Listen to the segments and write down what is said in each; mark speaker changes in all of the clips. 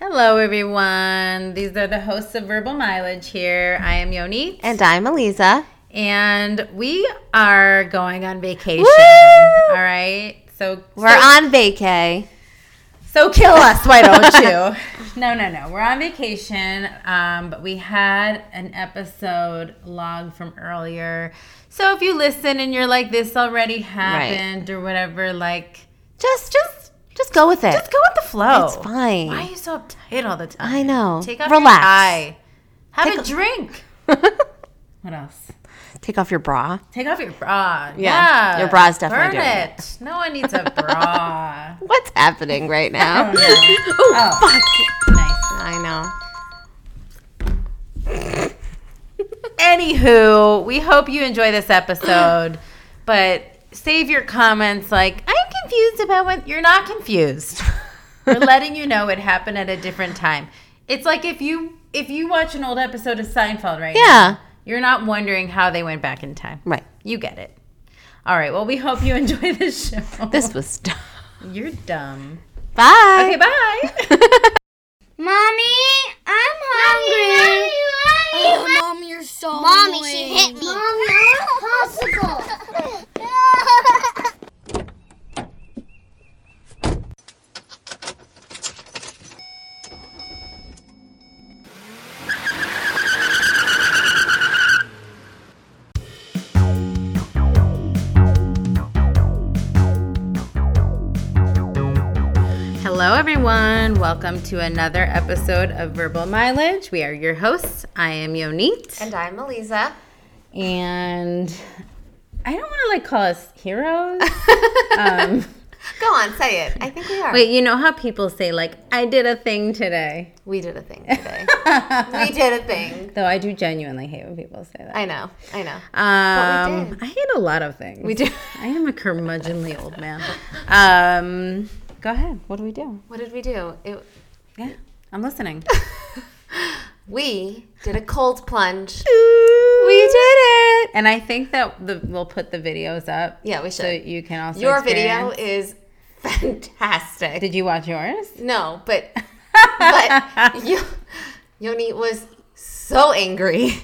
Speaker 1: Hello, everyone. These are the hosts of Verbal Mileage here. I am Yoni,
Speaker 2: And I'm Eliza.
Speaker 1: and we are going on vacation.
Speaker 2: Woo!
Speaker 1: All right. So
Speaker 2: We're
Speaker 1: so,
Speaker 2: on vacay.
Speaker 1: So kill us, why don't you? no, no, no. We're on vacation, um, but we had an episode log from earlier. So if you listen and you're like, this already happened or whatever, like,
Speaker 2: Just, just, just go with it.
Speaker 1: let's go with the flow.
Speaker 2: It's fine.
Speaker 1: Why are you so uptight all the time?
Speaker 2: I know.
Speaker 1: Take off
Speaker 2: Relax.
Speaker 1: your tie. Have
Speaker 2: Take
Speaker 1: a
Speaker 2: a-
Speaker 1: drink. What else?
Speaker 2: Take off your bra.
Speaker 1: Take off your bra. Yeah.
Speaker 2: your bra's definitely
Speaker 1: Burn
Speaker 2: doing
Speaker 1: it. No one needs a bra.
Speaker 2: What's happening right now?
Speaker 1: I don't know.
Speaker 2: oh,
Speaker 1: nice.
Speaker 2: I know.
Speaker 1: Anywho, we hope you enjoy this episode, but save your comments like, I'm confused about what you're not confused. We're letting you know it happened at a different time. It's like if you if you watch an old episode of Seinfeld right now,
Speaker 2: Yeah.
Speaker 1: you're not wondering how they went back in time.
Speaker 2: Right.
Speaker 1: You get it. All right, well, we hope you enjoy this show.
Speaker 2: This was dumb.
Speaker 1: You're dumb.
Speaker 2: Bye.
Speaker 1: Okay, bye.
Speaker 3: Mommy, I'm hungry. Mommy,
Speaker 4: Oh, Mom, you're so
Speaker 3: she
Speaker 4: annoying.
Speaker 3: hit me. Mommy, that's impossible.
Speaker 1: Hello, everyone. Welcome to another episode of Verbal Mileage. We are your hosts. I am Yonit,
Speaker 2: And I'm Eliza.
Speaker 1: and I don't want to like call us heroes. Um,
Speaker 2: Go on, say it. I think we are.
Speaker 1: wait, you know how people say like, "I did a thing today,"
Speaker 2: We did a thing today. we did a thing.
Speaker 1: though I do genuinely hate when people say that.
Speaker 2: I know. I know.
Speaker 1: Um,
Speaker 2: did.
Speaker 1: I hate a lot of things.
Speaker 2: We do.
Speaker 1: I am a curmudgeonly old man. Um, go ahead. What do we do?
Speaker 2: What did we do? It,
Speaker 1: Yeah, I'm listening.
Speaker 2: we did a cold plunge.
Speaker 1: we
Speaker 2: did it.
Speaker 1: And I think that the, we'll put the videos up.
Speaker 2: Yeah, we
Speaker 1: So
Speaker 2: should.
Speaker 1: you can also
Speaker 2: Your video
Speaker 1: experience-
Speaker 2: is fantastic.
Speaker 1: Did you watch yours?
Speaker 2: No, but but Yo- Yoni was so angry,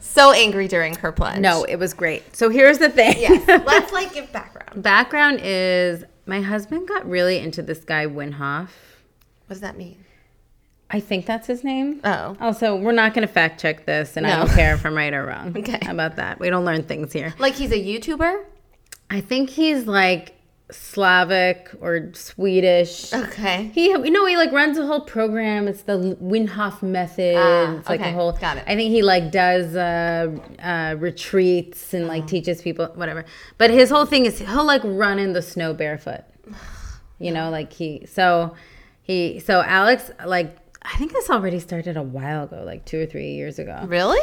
Speaker 2: so angry during her plunge.
Speaker 1: No, it was great. So here's the thing.
Speaker 2: Yes. Let's like give background.
Speaker 1: Background is my husband got really into this guy Winhoff.
Speaker 2: What does that mean?
Speaker 1: I think that's his name.
Speaker 2: Oh,
Speaker 1: Also, we're not going to fact check this, and I
Speaker 2: No.
Speaker 1: don't care if I'm right or wrong
Speaker 2: Okay.
Speaker 1: about that. We don't learn things here.
Speaker 2: like he's a YouTuber.
Speaker 1: I think he's like Slavic or Swedish.
Speaker 2: Okay.
Speaker 1: He, you know, he like runs a whole program. It's the Winhof method.
Speaker 2: Ah,
Speaker 1: it's like a
Speaker 2: okay.
Speaker 1: whole.
Speaker 2: Got it.
Speaker 1: I think he like does uh, uh, retreats and
Speaker 2: Mm.
Speaker 1: like teaches people whatever. But his whole thing is he'll like run in the snow barefoot. You know, like he so he so Alex like I think this already started a while ago, like two or three years ago
Speaker 2: Really?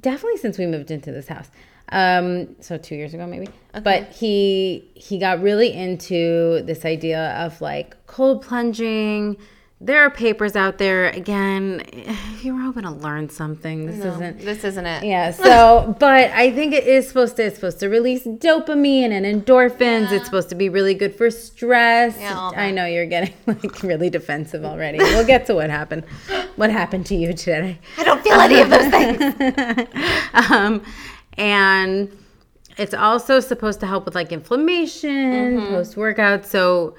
Speaker 1: definitely since we moved into this house um so two years ago maybe but he he got really into this idea of like cold plunging there are papers out there again if you're hoping to learn something this isn't
Speaker 2: This isn't it.
Speaker 1: yeah so but i think it is supposed to it's supposed to release dopamine and endorphins it's supposed to be really good for stress
Speaker 2: Yeah, all
Speaker 1: i know you're getting like really defensive already we'll get to what happened what happened to you today
Speaker 2: I don't feel any of those things.
Speaker 1: um, and it's also supposed to help with like inflammation post workout. So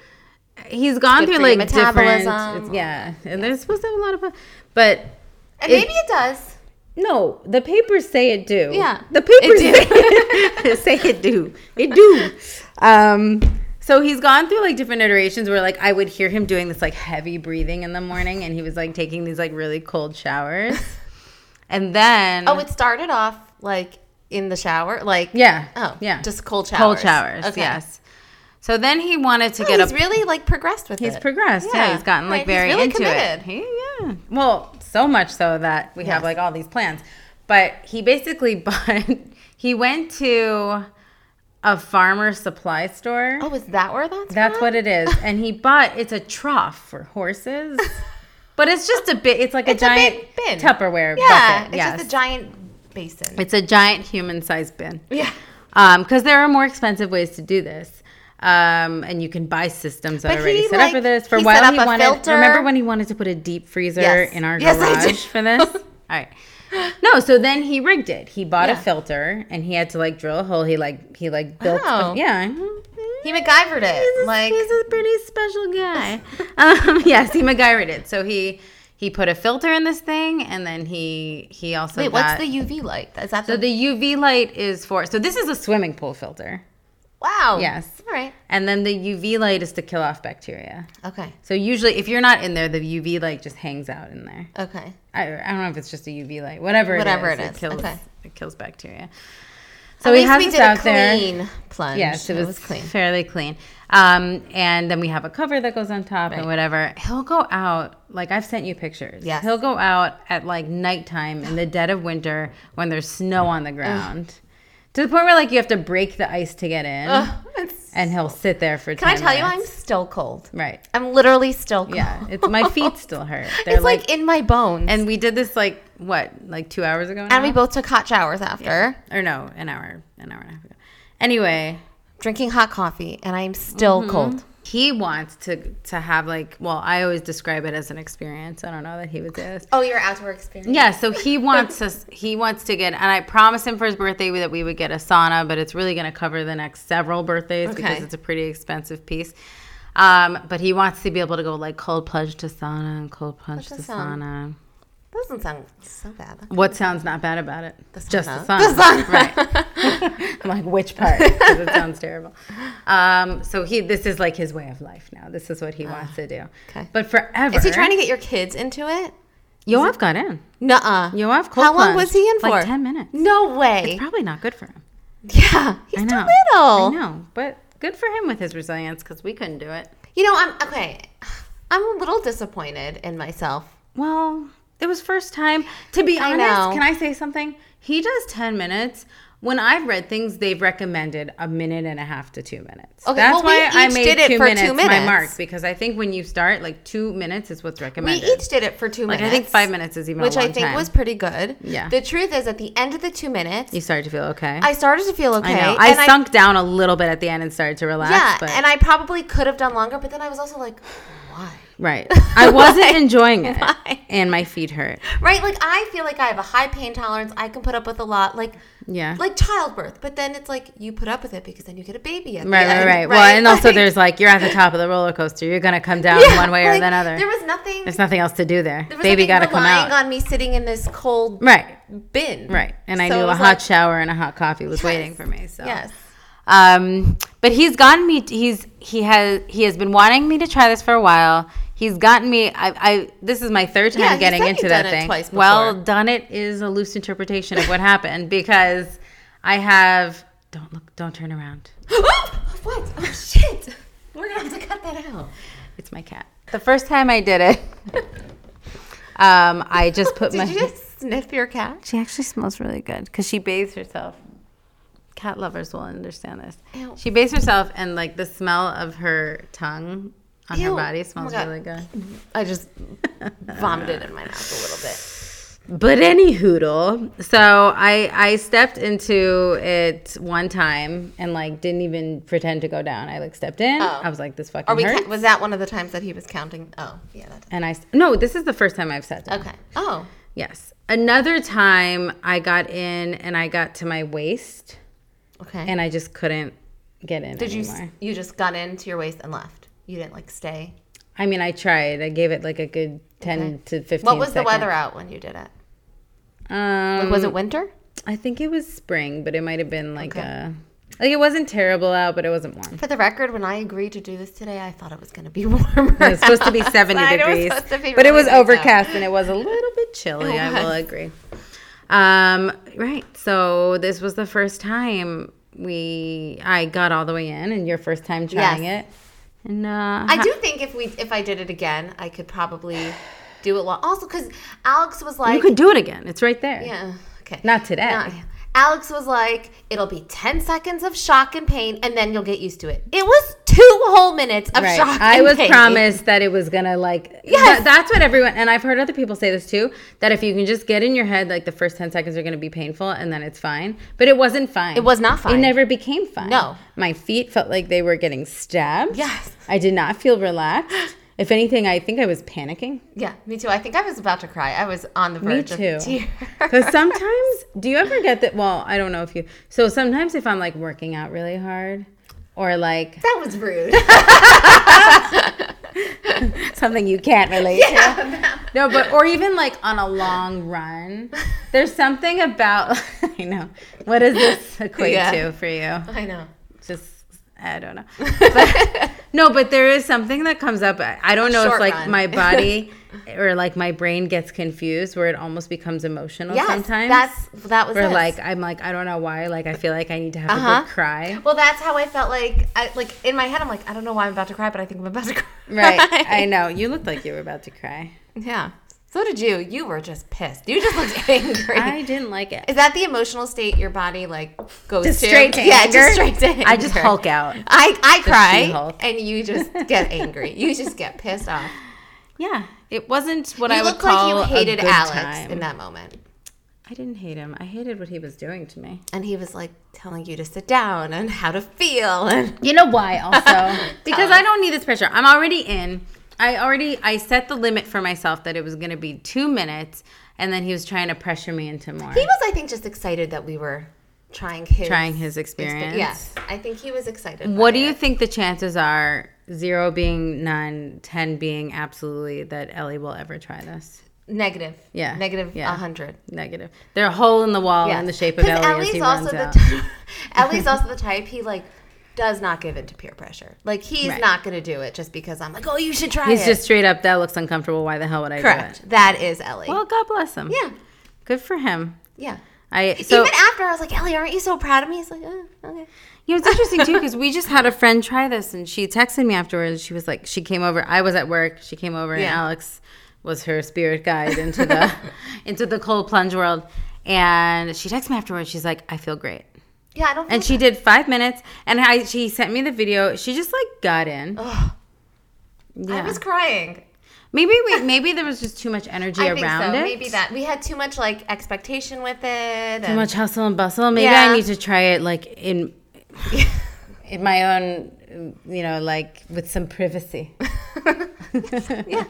Speaker 1: he's gone
Speaker 2: Mm-hmm. Good
Speaker 1: through
Speaker 2: for your
Speaker 1: like different,
Speaker 2: metabolism.
Speaker 1: it's- yeah, and they're supposed to have a lot of fun. But
Speaker 2: And maybe it does.
Speaker 1: no, the papers say it do.
Speaker 2: Yeah,
Speaker 1: the papers
Speaker 2: it
Speaker 1: say, say it do. It do. Um, so he's gone through like different iterations where like I would hear him doing this like heavy breathing in the morning, and he was like taking these like really cold showers, and then
Speaker 2: Oh, it started off like in the shower, like
Speaker 1: Yeah.
Speaker 2: Oh,
Speaker 1: yeah.
Speaker 2: Just cold showers. Oh,
Speaker 1: cold showers. Yes. So then he wanted to get
Speaker 2: He's
Speaker 1: a.
Speaker 2: really like progressed with it.
Speaker 1: he's progressed. Yeah. He's gotten like
Speaker 2: Right,
Speaker 1: very
Speaker 2: he's really
Speaker 1: into
Speaker 2: committed.
Speaker 1: it. He, yeah. Well, so much so that we have
Speaker 2: Yes.
Speaker 1: like all these plans, but he basically bought. He went to a farmer supply store.
Speaker 2: Oh, is that where that's?
Speaker 1: That's
Speaker 2: from?
Speaker 1: what it is, and he bought. It's a trough for horses. But it's just a bit. It's like
Speaker 2: It's
Speaker 1: a
Speaker 2: a big
Speaker 1: giant
Speaker 2: bin.
Speaker 1: Tupperware
Speaker 2: Yeah,
Speaker 1: bucket.
Speaker 2: it's
Speaker 1: yes.
Speaker 2: just a giant basin.
Speaker 1: It's a giant human-sized bin.
Speaker 2: yeah.
Speaker 1: Um, because there are more expensive ways to do this. Um, and you can buy systems that
Speaker 2: But
Speaker 1: are already
Speaker 2: he,
Speaker 1: set
Speaker 2: like,
Speaker 1: up for this. For
Speaker 2: he
Speaker 1: a while,
Speaker 2: set
Speaker 1: he
Speaker 2: up a
Speaker 1: wanted.
Speaker 2: filter.
Speaker 1: Remember when he wanted to put a deep freezer
Speaker 2: Yes.
Speaker 1: in our
Speaker 2: Yes, I did.
Speaker 1: garage for this? All right. No, so then he rigged it. He bought a
Speaker 2: Yeah.
Speaker 1: filter and he had to like drill a hole. He like he like built.
Speaker 2: Wow.
Speaker 1: yeah.
Speaker 2: Oh. He MacGyvered
Speaker 1: He's
Speaker 2: it.
Speaker 1: a-
Speaker 2: Like
Speaker 1: he's a pretty special guy. um, yes, he MacGyvered it. So he he put a filter in this thing, and then he he also
Speaker 2: wait,
Speaker 1: got-
Speaker 2: what's the UV light? Is that
Speaker 1: so
Speaker 2: the,
Speaker 1: the UV light is for so this is a swimming pool filter,
Speaker 2: wow?
Speaker 1: Yes.
Speaker 2: All right.
Speaker 1: and then the UV light is to kill off bacteria.
Speaker 2: Okay.
Speaker 1: So usually, if you're not in there, the UV light just hangs out in there.
Speaker 2: Okay.
Speaker 1: I, I don't know if it's just a UV light, whatever.
Speaker 2: Whatever
Speaker 1: it
Speaker 2: it
Speaker 1: is,
Speaker 2: is,
Speaker 1: kills
Speaker 2: okay.
Speaker 1: it kills bacteria.
Speaker 2: At
Speaker 1: So we
Speaker 2: least
Speaker 1: have
Speaker 2: we
Speaker 1: this
Speaker 2: did
Speaker 1: out
Speaker 2: a
Speaker 1: there.
Speaker 2: clean plunge.
Speaker 1: Yes, it was,
Speaker 2: clean.
Speaker 1: fairly clean. Um, and then we have a cover that goes on top and whatever. He'll go out, like I've sent you pictures.
Speaker 2: Yes.
Speaker 1: He'll go out at like nighttime in the dead of winter when there's snow on the ground. To the point where like you have to break the ice to get in,
Speaker 2: Ugh, it's-
Speaker 1: and he'll sit there for.
Speaker 2: can I
Speaker 1: 10
Speaker 2: tell you,
Speaker 1: minutes.
Speaker 2: I'm still cold.
Speaker 1: right?
Speaker 2: I'm literally still cold.
Speaker 1: Yeah, it's my feet still hurt. They're
Speaker 2: it's like, in my bones. And,
Speaker 1: and uh-huh. we did this like what, like two hours ago, now?
Speaker 2: we both took hot showers after
Speaker 1: or no, an hour, an hour and a half ago. Anyway,
Speaker 2: drinking hot coffee, and I'm still
Speaker 1: Mm-hmm.
Speaker 2: cold.
Speaker 1: he wants to to have like well i always describe it as an experience i don't know that he would say this
Speaker 2: Oh, your outdoor experience.
Speaker 1: yeah so he wants us he wants to get and i promised him for his birthday that we would get a sauna but it's really going to cover the next several birthdays because
Speaker 2: Okay.
Speaker 1: it's a pretty expensive piece um, but he wants to be able to go like cold plunge to sauna and cold plunge to
Speaker 2: the sauna?
Speaker 1: sauna.
Speaker 2: Doesn't sound so bad.
Speaker 1: What sounds not bad about it? Just the
Speaker 2: sauna.
Speaker 1: sauna.
Speaker 2: The sauna.
Speaker 1: Right. I'm like, which part? Because it sounds terrible. Um, so he, this is like his way of life now. This is what he wants to do.
Speaker 2: Ah, okay.
Speaker 1: But forever.
Speaker 2: Is he trying to get your kids into it?
Speaker 1: Yoav got in.
Speaker 2: Nuh-uh.
Speaker 1: Yoav cold
Speaker 2: How long
Speaker 1: plunged.
Speaker 2: was he in
Speaker 1: Like
Speaker 2: for?
Speaker 1: 10 minutes.
Speaker 2: No way.
Speaker 1: Probably not good for him.
Speaker 2: Yeah, he's
Speaker 1: I
Speaker 2: too
Speaker 1: know.
Speaker 2: little.
Speaker 1: I know. But good for him with his resilience because we couldn't do it.
Speaker 2: You know, I'm okay. I'm a little disappointed in myself.
Speaker 1: Well, it was first time. To be
Speaker 2: I
Speaker 1: honest,
Speaker 2: know.
Speaker 1: can I say something? He does 10 minutes. When I've read things, they've recommended a minute and a half to two minutes.
Speaker 2: Okay,
Speaker 1: That's
Speaker 2: well, we
Speaker 1: why I
Speaker 2: each
Speaker 1: made
Speaker 2: did it
Speaker 1: two,
Speaker 2: for two
Speaker 1: minutes my
Speaker 2: minutes.
Speaker 1: mark because I think when you start, like two minutes is what's
Speaker 2: We
Speaker 1: recommended.
Speaker 2: each did it for two
Speaker 1: like
Speaker 2: minutes.
Speaker 1: I think five minutes is even
Speaker 2: which
Speaker 1: a long
Speaker 2: I think
Speaker 1: time.
Speaker 2: was pretty good.
Speaker 1: Yeah.
Speaker 2: The truth is, at the end of the two minutes,
Speaker 1: You started to feel okay.
Speaker 2: I started to feel okay.
Speaker 1: I know. I
Speaker 2: and
Speaker 1: sunk down a little bit at the end and started to relax.
Speaker 2: yeah,
Speaker 1: but,
Speaker 2: and I probably could have done longer, but then I was also like, why?
Speaker 1: right, I wasn't enjoying it,
Speaker 2: Why?
Speaker 1: and my feet hurt.
Speaker 2: Right? Like I feel like I have a high pain tolerance. I can put up with a lot, like
Speaker 1: Yeah,
Speaker 2: like childbirth. But then it's like you put up with it because then you get a baby. At the
Speaker 1: right, right,
Speaker 2: end,
Speaker 1: right. Well, and also
Speaker 2: Like-
Speaker 1: there's like you're at the top of the roller coaster. You're gonna come down
Speaker 2: Yeah,
Speaker 1: one way or
Speaker 2: like,
Speaker 1: the other.
Speaker 2: There was nothing.
Speaker 1: There's nothing else to do there.
Speaker 2: there was
Speaker 1: Baby got
Speaker 2: nothing
Speaker 1: to come
Speaker 2: relying
Speaker 1: out.
Speaker 2: on me sitting in this cold
Speaker 1: right,
Speaker 2: bin.
Speaker 1: right. And I
Speaker 2: So
Speaker 1: knew
Speaker 2: it
Speaker 1: a
Speaker 2: was
Speaker 1: hot
Speaker 2: like-
Speaker 1: shower and a hot coffee was waiting for me. So
Speaker 2: Yes.
Speaker 1: Um, but he's gotten me. He's he has he has been wanting me to try this for a while. He's gotten me. I, I this is my third time
Speaker 2: Yeah, you
Speaker 1: getting
Speaker 2: said
Speaker 1: into
Speaker 2: you've
Speaker 1: that
Speaker 2: done it
Speaker 1: thing.
Speaker 2: twice
Speaker 1: well,
Speaker 2: before.
Speaker 1: done it is a loose interpretation of what happened because I have. Don't look. Don't turn around.
Speaker 2: what? Oh shit! We're gonna have to cut that out.
Speaker 1: It's my cat. The first time I did it, um, I just put
Speaker 2: Did
Speaker 1: my.
Speaker 2: you just sniff your cat?
Speaker 1: She actually smells really good because she bathes herself. Cat lovers will understand this.
Speaker 2: Ew.
Speaker 1: She bathes herself, and like the smell of her tongue on her
Speaker 2: Ew.
Speaker 1: body
Speaker 2: Oh my
Speaker 1: smells
Speaker 2: God.
Speaker 1: really good.
Speaker 2: I just vomited in my mouth a little bit.
Speaker 1: But any hoodle, so I I stepped into it one time and like didn't even pretend to go down. I like stepped in.
Speaker 2: Oh.
Speaker 1: I was like, this fucking
Speaker 2: Are we?
Speaker 1: hurts.
Speaker 2: Ca- was that one of the times that he was counting? Oh, yeah. That,
Speaker 1: and I s- no, this is the first time I've sat down.
Speaker 2: okay. Oh,
Speaker 1: Yes. Another time I got in and I got to my waist
Speaker 2: okay.
Speaker 1: and I just couldn't get in.
Speaker 2: Did you
Speaker 1: anymore.
Speaker 2: s- you just got into your waist and left? You didn't like stay.
Speaker 1: I mean, I tried. I gave it like a good 10 to 15
Speaker 2: What was the
Speaker 1: second.
Speaker 2: weather out when you did it?
Speaker 1: Um,
Speaker 2: Was it winter?
Speaker 1: I think it was spring, but it might have been like
Speaker 2: Okay.
Speaker 1: uh Like it wasn't terrible out, but it wasn't warm.
Speaker 2: For the record, when I agreed to do this today, I thought it was going to be warmer.
Speaker 1: It was supposed to be 70
Speaker 2: outside. It was
Speaker 1: degrees.
Speaker 2: supposed to be
Speaker 1: but it
Speaker 2: really
Speaker 1: was
Speaker 2: nice out.
Speaker 1: overcast and it was a little bit chilly,
Speaker 2: It
Speaker 1: I will
Speaker 2: was.
Speaker 1: agree. Um, right. So this was the first time we I got all the way in and your first time trying
Speaker 2: Yes.
Speaker 1: it. And uh
Speaker 2: I do think if we if I did it again, I could probably do it long. Also, because Alex was like,
Speaker 1: You could do it again. It's right there.
Speaker 2: yeah, okay,
Speaker 1: Not today.
Speaker 2: Not- Alex was like, it'll be 10 seconds of shock and pain, and then you'll get used to it. It was two whole minutes of
Speaker 1: Right.
Speaker 2: shock
Speaker 1: I
Speaker 2: and
Speaker 1: was
Speaker 2: pain.
Speaker 1: promised that it was gonna like. Yeah. That's what everyone and I've heard other people say this too. That if you can just get in your head, like the first ten seconds are gonna be painful, and then it's fine. But it wasn't fine.
Speaker 2: It was not
Speaker 1: It
Speaker 2: fine.
Speaker 1: never became fine.
Speaker 2: No.
Speaker 1: My feet felt like they were getting stabbed.
Speaker 2: Yes.
Speaker 1: I did not feel relaxed. If anything, I think I was panicking.
Speaker 2: Yeah, me too. I think I was about to cry. I was on the
Speaker 1: Me
Speaker 2: verge
Speaker 1: too.
Speaker 2: of tears.
Speaker 1: Because sometimes, do you ever get that? Well, I don't know if you. So sometimes, if I'm like working out really hard, or like
Speaker 2: that was rude.
Speaker 1: something you can't relate to. No, but or even like on a long run. There's something about I know. What does this equate
Speaker 2: Yeah.
Speaker 1: to for you?
Speaker 2: I know.
Speaker 1: Just I don't know. But, no, but there is something that comes up. I I don't know
Speaker 2: Short
Speaker 1: if like
Speaker 2: run.
Speaker 1: my body or like my brain gets confused where it almost becomes emotional
Speaker 2: Yes,
Speaker 1: sometimes.
Speaker 2: that's that was
Speaker 1: where
Speaker 2: us.
Speaker 1: like I'm like I don't know why like I feel like I need to have a
Speaker 2: Uh-huh.
Speaker 1: good cry.
Speaker 2: Well, that's how I felt like I like in my head I'm like I don't know why I'm about to cry, but I think I'm about to cry.
Speaker 1: Right. I know. You looked like you were about to cry.
Speaker 2: yeah. So did you. You were just pissed. You just looked angry.
Speaker 1: I didn't like it.
Speaker 2: Is that the emotional state your body like goes
Speaker 1: Just
Speaker 2: to?
Speaker 1: straight to
Speaker 2: yeah,
Speaker 1: anger?
Speaker 2: just straight to anger.
Speaker 1: I just hulk out.
Speaker 2: I, I cry
Speaker 1: She-Hulk.
Speaker 2: and you just get angry. You just get pissed off.
Speaker 1: Yeah, it wasn't what
Speaker 2: You
Speaker 1: I would
Speaker 2: look
Speaker 1: call
Speaker 2: like you hated
Speaker 1: a good
Speaker 2: Alex
Speaker 1: time.
Speaker 2: in that moment.
Speaker 1: I didn't hate him. I hated what he was doing to me.
Speaker 2: And he was like telling you to sit down and how to feel and
Speaker 1: You know why? Also, because I don't need this pressure. I'm already in. I already I set the limit for myself that it was going to be two minutes, and then he was trying to pressure me into more.
Speaker 2: he was I think just excited that we were trying his
Speaker 1: trying his experience.
Speaker 2: Yes. I think he was excited.
Speaker 1: What
Speaker 2: by
Speaker 1: do you
Speaker 2: it.
Speaker 1: think the chances are? Zero being none, ten being absolutely that Ellie will ever try this.
Speaker 2: negative.
Speaker 1: Yeah,
Speaker 2: Negative
Speaker 1: yeah.
Speaker 2: hundred.
Speaker 1: Negative. They're a hole in the wall in the shape of Ellie as he runs
Speaker 2: also
Speaker 1: out.
Speaker 2: the type, Ellie's also the type he like does not give in to peer pressure. Like he's
Speaker 1: Right.
Speaker 2: not gonna do it just because I'm like, oh, you should try
Speaker 1: He's
Speaker 2: it.
Speaker 1: just straight up. That looks uncomfortable. Why the hell would I do it?
Speaker 2: correct. That is Ellie.
Speaker 1: Well, God bless him.
Speaker 2: yeah,
Speaker 1: Good for him.
Speaker 2: yeah.
Speaker 1: I so
Speaker 2: Even after I was like, Ellie, aren't you so proud of me? He's like, oh, okay.
Speaker 1: you know, it's interesting too because we just had a friend try this and she texted me afterwards. She was like, she came over. I was at work. She came over and
Speaker 2: Yeah.
Speaker 1: Alex was her spirit guide into the into the cold plunge world. And she texted me afterwards. She's like, I feel great.
Speaker 2: Yeah, I don't.
Speaker 1: And
Speaker 2: feel
Speaker 1: she did five minutes. And I she sent me the video. She just like got in.
Speaker 2: Ugh.
Speaker 1: Yeah.
Speaker 2: I was crying.
Speaker 1: maybe we maybe there was just too much energy
Speaker 2: I think
Speaker 1: around
Speaker 2: so.
Speaker 1: it.
Speaker 2: Maybe that we had too much like expectation with it.
Speaker 1: too
Speaker 2: and-
Speaker 1: much hustle and bustle. Maybe
Speaker 2: Yeah.
Speaker 1: I need to try it like in in my own, you know, like with some privacy. yeah.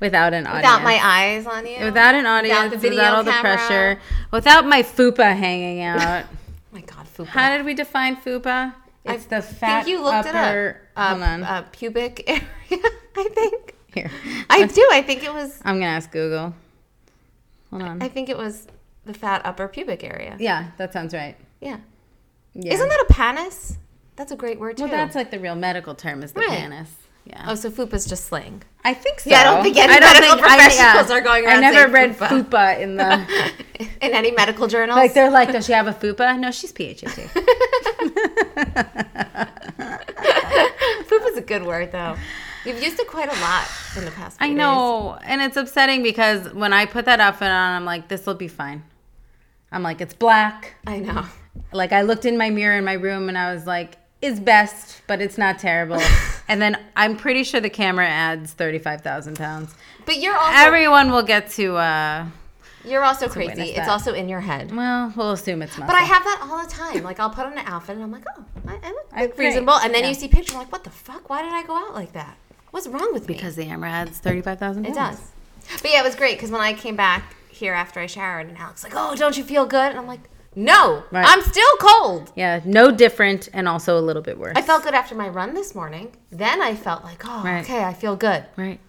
Speaker 1: Without an audience.
Speaker 2: Without my eyes on you.
Speaker 1: Without an audience,
Speaker 2: the video
Speaker 1: without all the
Speaker 2: camera.
Speaker 1: pressure, without my fupa hanging out.
Speaker 2: Oh my God, fupa.
Speaker 1: How did we define fupa? It's the fat
Speaker 2: you looked it up.
Speaker 1: upper.
Speaker 2: Uh,
Speaker 1: Hold on.
Speaker 2: uh, pubic area. I think.
Speaker 1: Here,
Speaker 2: I do. I think it was.
Speaker 1: I'm gonna ask Google. Hold on.
Speaker 2: I think it was the fat upper pubic area.
Speaker 1: yeah, that sounds right.
Speaker 2: Yeah.
Speaker 1: Yeah.
Speaker 2: Isn't that a panis? That's a great word too.
Speaker 1: well? That's like the real medical term is the
Speaker 2: Right.
Speaker 1: penis. Yeah.
Speaker 2: oh, so fupa's just slang.
Speaker 1: I think so.
Speaker 2: Yeah, I don't think any medical professionals are going
Speaker 1: I
Speaker 2: around
Speaker 1: never
Speaker 2: saying
Speaker 1: read
Speaker 2: fupa.
Speaker 1: fupa in the
Speaker 2: In any medical journals.
Speaker 1: Uh, like. They're like, does she have a fupa? No, she's PhD.
Speaker 2: fupa's a good word though. You've used it quite a lot in the past. Few
Speaker 1: I know, and it's upsetting because when I put that outfit on, I'm like, this will be fine. I'm like, it's black.
Speaker 2: days. I know.
Speaker 1: Like I looked in my mirror in my room and I was like, it's best, but it's not terrible. and then I'm pretty sure the camera adds thirty five thousand pounds.
Speaker 2: But you're also
Speaker 1: Everyone will get to. uh
Speaker 2: you're also
Speaker 1: witness
Speaker 2: crazy. It's
Speaker 1: that. Mm-hmm.
Speaker 2: also in your head.
Speaker 1: Well, we'll assume it's.
Speaker 2: But I have that all the time. Like I'll put on an outfit and I'm like, oh, I, I look
Speaker 1: I-
Speaker 2: like
Speaker 1: great.
Speaker 2: reasonable. And then
Speaker 1: Yeah.
Speaker 2: you see pictures like, what the fuck? Why did I go out like that? What's wrong with me?
Speaker 1: because the camera adds thirty five thousand.
Speaker 2: it does. But yeah, it was great because when I came back here after I showered, and Alex like, oh, don't you feel good? And I'm like, no,
Speaker 1: Right.
Speaker 2: I'm still cold.
Speaker 1: Yeah, no different and also a little bit worse.
Speaker 2: I felt good after my run this morning. Then I felt like, oh,
Speaker 1: Right.
Speaker 2: okay, I feel good.
Speaker 1: right.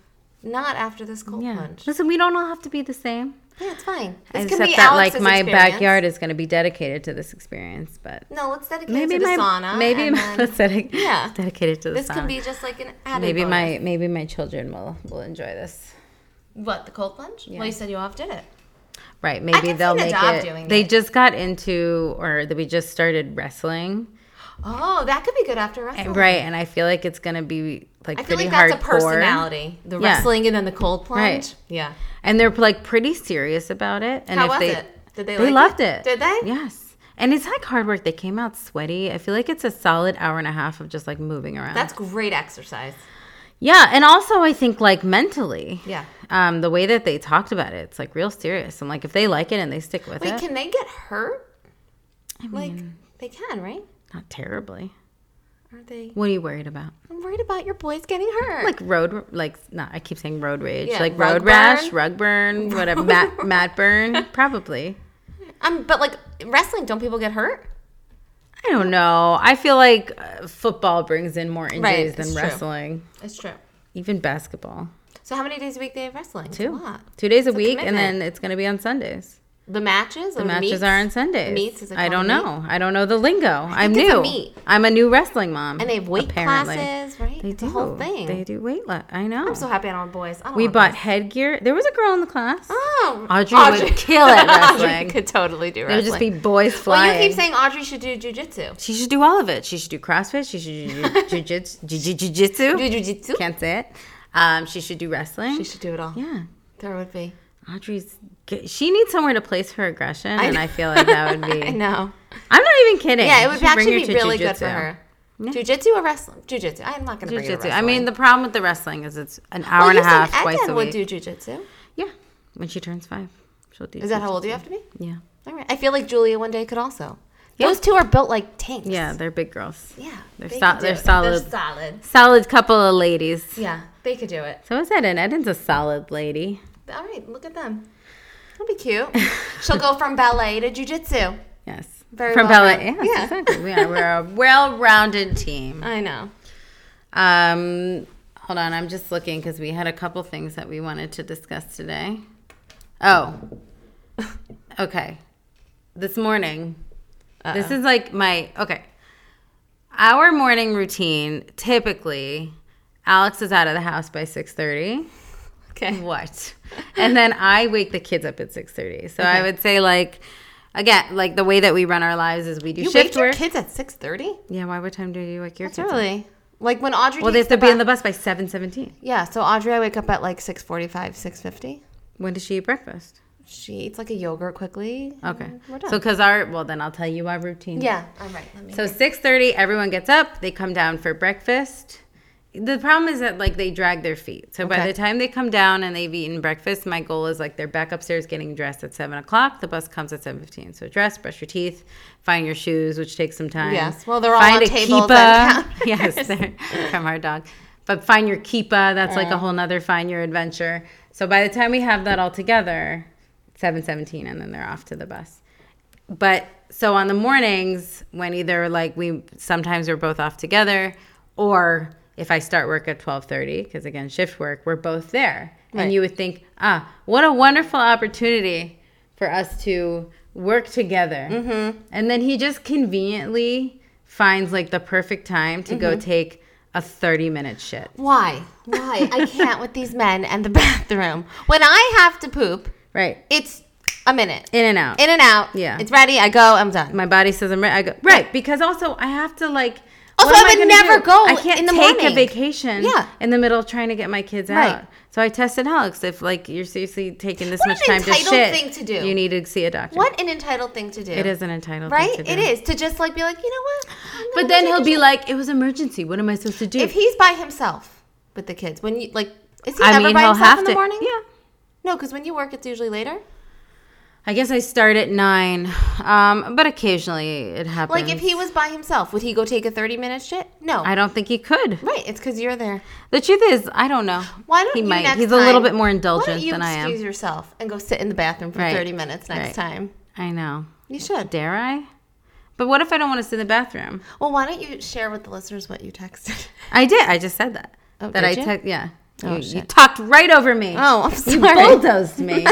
Speaker 2: Not after this cold
Speaker 1: Yeah.
Speaker 2: plunge.
Speaker 1: Listen, we don't all have to be the same.
Speaker 2: Yeah, it's fine. This can
Speaker 1: Except
Speaker 2: be
Speaker 1: that
Speaker 2: Alex's
Speaker 1: like my
Speaker 2: experience.
Speaker 1: backyard is going to be dedicated to this experience, but
Speaker 2: No, let's dedicate
Speaker 1: maybe
Speaker 2: it to
Speaker 1: my
Speaker 2: the sauna.
Speaker 1: maybe
Speaker 2: and
Speaker 1: my,
Speaker 2: then
Speaker 1: let's dedi-
Speaker 2: Yeah.
Speaker 1: dedicated to the
Speaker 2: this
Speaker 1: sauna.
Speaker 2: can be just like an added.
Speaker 1: maybe
Speaker 2: bonus.
Speaker 1: my maybe my children will will enjoy this.
Speaker 2: What the cold plunge? Well, you said you off did it.
Speaker 1: Right, maybe
Speaker 2: can
Speaker 1: they'll
Speaker 2: see
Speaker 1: make
Speaker 2: Nadav
Speaker 1: it.
Speaker 2: doing
Speaker 1: they
Speaker 2: it.
Speaker 1: just got into or that we just started wrestling,
Speaker 2: Oh, that could be good after wrestling.
Speaker 1: right? And I feel like it's going to be like
Speaker 2: I feel
Speaker 1: pretty
Speaker 2: like that's
Speaker 1: hardcore.
Speaker 2: a personality. The
Speaker 1: Yeah.
Speaker 2: wrestling and then the cold plunge.
Speaker 1: Right.
Speaker 2: Yeah.
Speaker 1: And they're like pretty serious about it. And
Speaker 2: How
Speaker 1: if
Speaker 2: was
Speaker 1: they
Speaker 2: it? Did they,
Speaker 1: they
Speaker 2: like
Speaker 1: loved it.
Speaker 2: Did they?
Speaker 1: Yes. And it's like hard work. They came out sweaty. I feel like it's a solid hour and a half of just like moving around.
Speaker 2: That's great exercise.
Speaker 1: yeah. And also, I think like mentally,
Speaker 2: Yeah.
Speaker 1: um, the way that they talked about it, it's like real serious. And like if they like it and they stick with
Speaker 2: Wait,
Speaker 1: it,
Speaker 2: can they get hurt? like they can, right?
Speaker 1: not terribly.
Speaker 2: Are they?
Speaker 1: What are you worried about?
Speaker 2: I'm worried about your boys getting hurt.
Speaker 1: Like road, like no, I keep saying road rage,
Speaker 2: Yeah,
Speaker 1: like
Speaker 2: rug
Speaker 1: road rash,
Speaker 2: burn.
Speaker 1: rug burn, whatever, mat, mat burn, probably.
Speaker 2: um, but like in wrestling, don't people get hurt?
Speaker 1: I don't know. I feel like uh, football brings in more injuries
Speaker 2: Right, it's
Speaker 1: than
Speaker 2: true.
Speaker 1: wrestling,
Speaker 2: It's true.
Speaker 1: even basketball.
Speaker 2: So how many days a week they have wrestling? It's a
Speaker 1: Two,
Speaker 2: lot.
Speaker 1: two days a
Speaker 2: a
Speaker 1: week, and
Speaker 2: commitment.
Speaker 1: then it's going to be on Sundays.
Speaker 2: The matches.
Speaker 1: The matches are on Sundays.
Speaker 2: meets, is it
Speaker 1: I
Speaker 2: called
Speaker 1: don't
Speaker 2: a meet?
Speaker 1: know. I don't know the lingo. I'm
Speaker 2: it's a
Speaker 1: new.
Speaker 2: meet.
Speaker 1: I'm a new wrestling mom.
Speaker 2: And they have weight
Speaker 1: apparently.
Speaker 2: classes, right?
Speaker 1: They
Speaker 2: it's
Speaker 1: do.
Speaker 2: a whole thing.
Speaker 1: They do weight. La- I know.
Speaker 2: I'm so happy I don't have boys. I don't
Speaker 1: we
Speaker 2: want
Speaker 1: bought
Speaker 2: boys.
Speaker 1: headgear. There was a girl in the class.
Speaker 2: Oh,
Speaker 1: Audrey would kill at wrestling.
Speaker 2: Audrey could totally do
Speaker 1: It
Speaker 2: wrestling.
Speaker 1: would just be boys flying.
Speaker 2: well, you keep saying Audrey should do jujitsu.
Speaker 1: she should do all of it. She should do CrossFit. She should do jujitsu. Jiu-jitsu.
Speaker 2: Do jujitsu?
Speaker 1: Can't say it. Um, she should do wrestling.
Speaker 2: She should do it all.
Speaker 1: yeah.
Speaker 2: There would be.
Speaker 1: Audrey's. g- She needs somewhere to place her aggression, and I feel like that would be.
Speaker 2: I know.
Speaker 1: I'm not even kidding.
Speaker 2: Yeah, it
Speaker 1: You
Speaker 2: would
Speaker 1: should bring
Speaker 2: actually
Speaker 1: her
Speaker 2: be
Speaker 1: to
Speaker 2: really good
Speaker 1: jujitsu.
Speaker 2: for her. Jujitsu or wrestling? Jujitsu. I'm not going to bring her to
Speaker 1: Jujitsu.
Speaker 2: wrestling.
Speaker 1: I mean, the problem with the wrestling is it's an hour
Speaker 2: Well,
Speaker 1: and
Speaker 2: you
Speaker 1: a half
Speaker 2: said
Speaker 1: twice
Speaker 2: Eden
Speaker 1: a
Speaker 2: would
Speaker 1: week.
Speaker 2: do jujitsu.
Speaker 1: yeah, when she turns five, she'll do.
Speaker 2: Is that how
Speaker 1: jujitsu.
Speaker 2: old you have to be?
Speaker 1: Yeah,
Speaker 2: All right. I feel like Julia one day could also. Those two are built like tanks.
Speaker 1: yeah, they're big girls.
Speaker 2: Yeah.
Speaker 1: They're
Speaker 2: they
Speaker 1: so-
Speaker 2: could do
Speaker 1: they're
Speaker 2: it.
Speaker 1: solid.
Speaker 2: They're solid.
Speaker 1: Solid couple of ladies.
Speaker 2: Yeah. They could do it.
Speaker 1: So is Eden. Eden's a solid lady.
Speaker 2: All right. Look at them. That'll be cute. She'll go from ballet to jujitsu.
Speaker 1: Yes,
Speaker 2: Very
Speaker 1: from
Speaker 2: well
Speaker 1: Bella. Yes,
Speaker 2: rounded. Yeah.
Speaker 1: exactly. We are, we're a well-rounded team.
Speaker 2: I know.
Speaker 1: Um, hold on, I'm just looking because we had a couple things that we wanted to discuss today. Oh, okay. This morning, this is like my okay. Our morning routine typically, Alex is out of the house by six thirty.
Speaker 2: Okay.
Speaker 1: What? And then I wake the kids up at six thirty. So I would say like. Again, like the way that we run our lives is we do
Speaker 2: You
Speaker 1: shift
Speaker 2: wake your
Speaker 1: work.
Speaker 2: kids at six thirty.
Speaker 1: yeah, why? What time do you wake your
Speaker 2: It's
Speaker 1: kids? up?
Speaker 2: early. Like when Audrey.
Speaker 1: Well, they have
Speaker 2: takes
Speaker 1: to be on
Speaker 2: bu-
Speaker 1: the bus by seven seventeen.
Speaker 2: Yeah. So Audrey, I wake up at like six forty-five, six fifty.
Speaker 1: When does she eat breakfast?
Speaker 2: She eats like a yogurt quickly.
Speaker 1: Okay.
Speaker 2: Mm-hmm. we're done.
Speaker 1: So, because our, well, then I'll tell you my routine.
Speaker 2: Yeah. All right. Let me.
Speaker 1: So 6.30, everyone gets up. They come down for breakfast. The problem is that, like, they drag their feet. So by
Speaker 2: Okay.
Speaker 1: the time they come down and they've eaten breakfast, my goal is, like, they're back upstairs getting dressed at 7 o'clock. The bus comes at 7.15. So dress, brush your teeth, find your shoes, which takes some time.
Speaker 2: Yes. Well, they're all on tables
Speaker 1: kippah.
Speaker 2: and
Speaker 1: yes, they're from our dog. But find your keepa. That's, like, a
Speaker 2: Uh-huh.
Speaker 1: whole nother find your adventure. So by the time we have that all together, 7.17, and then they're off to the bus but so on the mornings when either like we sometimes we're both off together or if i start work at 12.30 because again shift work we're both there
Speaker 2: Right.
Speaker 1: and you would think ah what a wonderful opportunity for us to work together mm-hmm. and then he just conveniently finds like the perfect time to go take a 30 minute shit
Speaker 2: Why? Why? I can't with these men and the bathroom. When I have to poop,
Speaker 1: right
Speaker 2: it's a minute.
Speaker 1: in and out
Speaker 2: In and out.
Speaker 1: Yeah.
Speaker 2: It's ready. I go. I'm done.
Speaker 1: my body says I'm right. I go right because also I have to like.
Speaker 2: Also,
Speaker 1: what am
Speaker 2: I would
Speaker 1: gonna
Speaker 2: never go
Speaker 1: I can't
Speaker 2: in the
Speaker 1: take a
Speaker 2: morning.
Speaker 1: vacation.
Speaker 2: Yeah.
Speaker 1: in the middle of trying to get my kids
Speaker 2: Right.
Speaker 1: out. So I tested Alex. If like you're seriously taking this
Speaker 2: What
Speaker 1: much
Speaker 2: an
Speaker 1: time to
Speaker 2: entitled
Speaker 1: shit,
Speaker 2: thing to do.
Speaker 1: you need to see a doctor.
Speaker 2: What an entitled thing to do.
Speaker 1: It is an entitled
Speaker 2: Right?
Speaker 1: thing to
Speaker 2: It
Speaker 1: do.
Speaker 2: is to just like be like, you know what? I'm gonna
Speaker 1: But then
Speaker 2: take a
Speaker 1: he'll be
Speaker 2: shit."
Speaker 1: like, "It was emergency. What am I supposed to do?"
Speaker 2: if he's by himself with the kids, when you like, is he
Speaker 1: I
Speaker 2: ever
Speaker 1: mean,
Speaker 2: by
Speaker 1: he'll
Speaker 2: himself
Speaker 1: have
Speaker 2: in the
Speaker 1: to.
Speaker 2: morning?
Speaker 1: Yeah.
Speaker 2: No, because when you work, it's usually later.
Speaker 1: I guess I start at nine, um, but occasionally it happens.
Speaker 2: Like if he was by himself, would he go take a thirty minute shit? No.
Speaker 1: I don't think he could.
Speaker 2: right. It's because you're there.
Speaker 1: The truth is, I don't know.
Speaker 2: Why don't
Speaker 1: he
Speaker 2: you
Speaker 1: might?
Speaker 2: next
Speaker 1: He's a little
Speaker 2: time-
Speaker 1: bit more
Speaker 2: Why don't
Speaker 1: indulgent
Speaker 2: you
Speaker 1: than I
Speaker 2: excuse
Speaker 1: am.
Speaker 2: yourself and go sit in the bathroom for
Speaker 1: Right.
Speaker 2: thirty minutes next
Speaker 1: Right.
Speaker 2: time?
Speaker 1: I know.
Speaker 2: You should.
Speaker 1: Dare I? But what if I don't want to sit in the bathroom?
Speaker 2: Well, why don't you share with the listeners what you texted?
Speaker 1: I did. I just said that.
Speaker 2: Oh,
Speaker 1: that
Speaker 2: did
Speaker 1: I
Speaker 2: you?
Speaker 1: took. Yeah.
Speaker 2: Oh,
Speaker 1: you, you
Speaker 2: shit.
Speaker 1: talked right over me.
Speaker 2: Oh, I'm sorry.
Speaker 1: you bulldozed me.